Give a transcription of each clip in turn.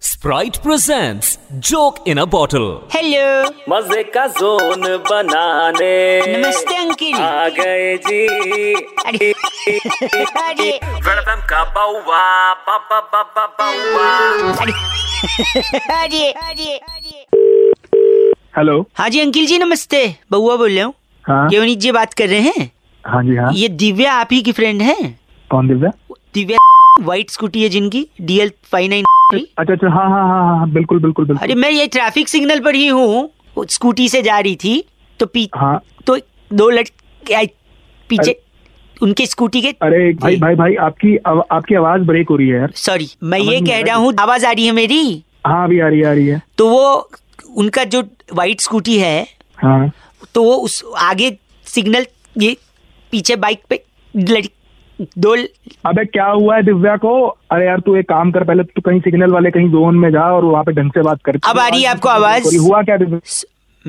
Sprite presents Joke in a Bottle. Hello मजे का zone बनाने नमस्ते अंकिल आ गए जी अरे अरे वेलकम का बाउवा बाबा बाबा बाउवा अरे अरे हेलो हाँ जी अंकिल जी नमस्ते बउआ बोल रहा हूँ हाँ केवनीत जी बात कर रहे हैं हाँ जी हाँ ये दिव्या आप ही की फ्रेंड है कौन दिव्या दिव्या वाइट स्कूटी है जिनकी डीएल फाइव नाइन अच्छा अच्छा हाँ हाँ हाँ हाँ बिल्कुल बिल्कुल बिल्कुल अरे मैं ये ट्रैफिक सिग्नल पर ही हूँ वो स्कूटी से जा रही थी तो पी हाँ तो दो लड़के आए पीछे उनके स्कूटी के अरे एक भाई जी। भाई भाई आपकी आव, आपकी आवाज ब्रेक हो रही है यार सॉरी मैं समझ ये नहीं कह आया। रहा हूँ आवाज आ रही है मेरी हाँ अभी आ रही है आ रही है तो वो उनका जो वाइट स्कूटी है हाँ तो वो उस आगे सिग्नल ये पीछे बाइक पे लड़की दो ल- अबे क्या हुआ है दिव्या को अरे यार तू एक काम कर पहले तू कहीं सिग्नल वाले कहीं जोन में जा और वहाँ पे ढंग से बात कर अब आ रही है आपको आवाज? हो रही। हुआ क्या दिव्या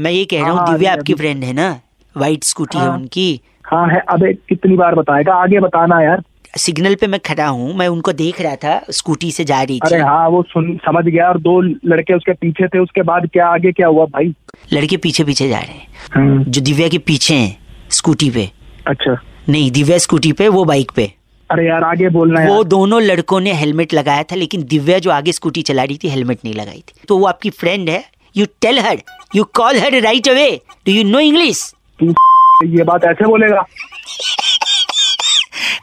मैं ये कह रहा हाँ, हूँ हाँ, दिव्या अभी- आपकी अभी। फ्रेंड है ना वाइट स्कूटी है हाँ। उनकी हाँ है अबे कितनी बार बताएगा आगे बताना यार सिग्नल पे मैं खड़ा हूँ मैं उनको देख रहा था स्कूटी से जा रही अरे थी हाँ वो सुन समझ गया और दो लड़के उसके पीछे थे उसके बाद क्या आगे क्या हुआ भाई लड़के पीछे पीछे जा रहे हैं हम्म, जो दिव्या के पीछे हैं स्कूटी पे अच्छा नहीं दिव्या स्कूटी पे वो बाइक पे अरे यार आगे बोलना है वो दोनों लड़कों ने हेलमेट लगाया था लेकिन दिव्या जो आगे स्कूटी चला रही थी हेलमेट नहीं लगाई थी तो वो आपकी फ्रेंड है you tell her you call her right away do you know English ये बात ऐसे बोलेगा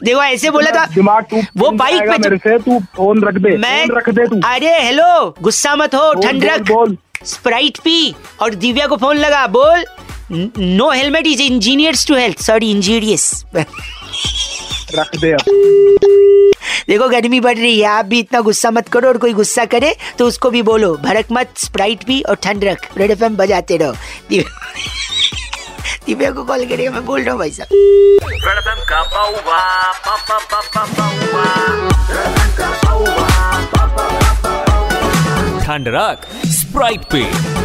देखो ऐसे बोला था दिमाग तू वो बाइक पे तो मेरे से तू फोन रख दे मैं फोन रख दे तू अरे हेलो गुस्सा मत हो बोल, ठंड रख बोल, स्प्राइट पी और दिव्या को फोन लगा बोल no helmet is engineers to health sorry engineers रख दे अब देखो गर्मी बढ़ रही है आप भी इतना गुस्सा मत करो और कोई गुस्सा करे तो उसको भी बोलो भड़क मत स्प्राइट पी और ठंड रख रेड एफ बजाते रहो दिव्या दिव्या को कॉल करिए मैं बोल रहा हूँ भाई साहब वेलकम का बाउवा बाबा बाबा बाउवा Thandarak Sprite Pay.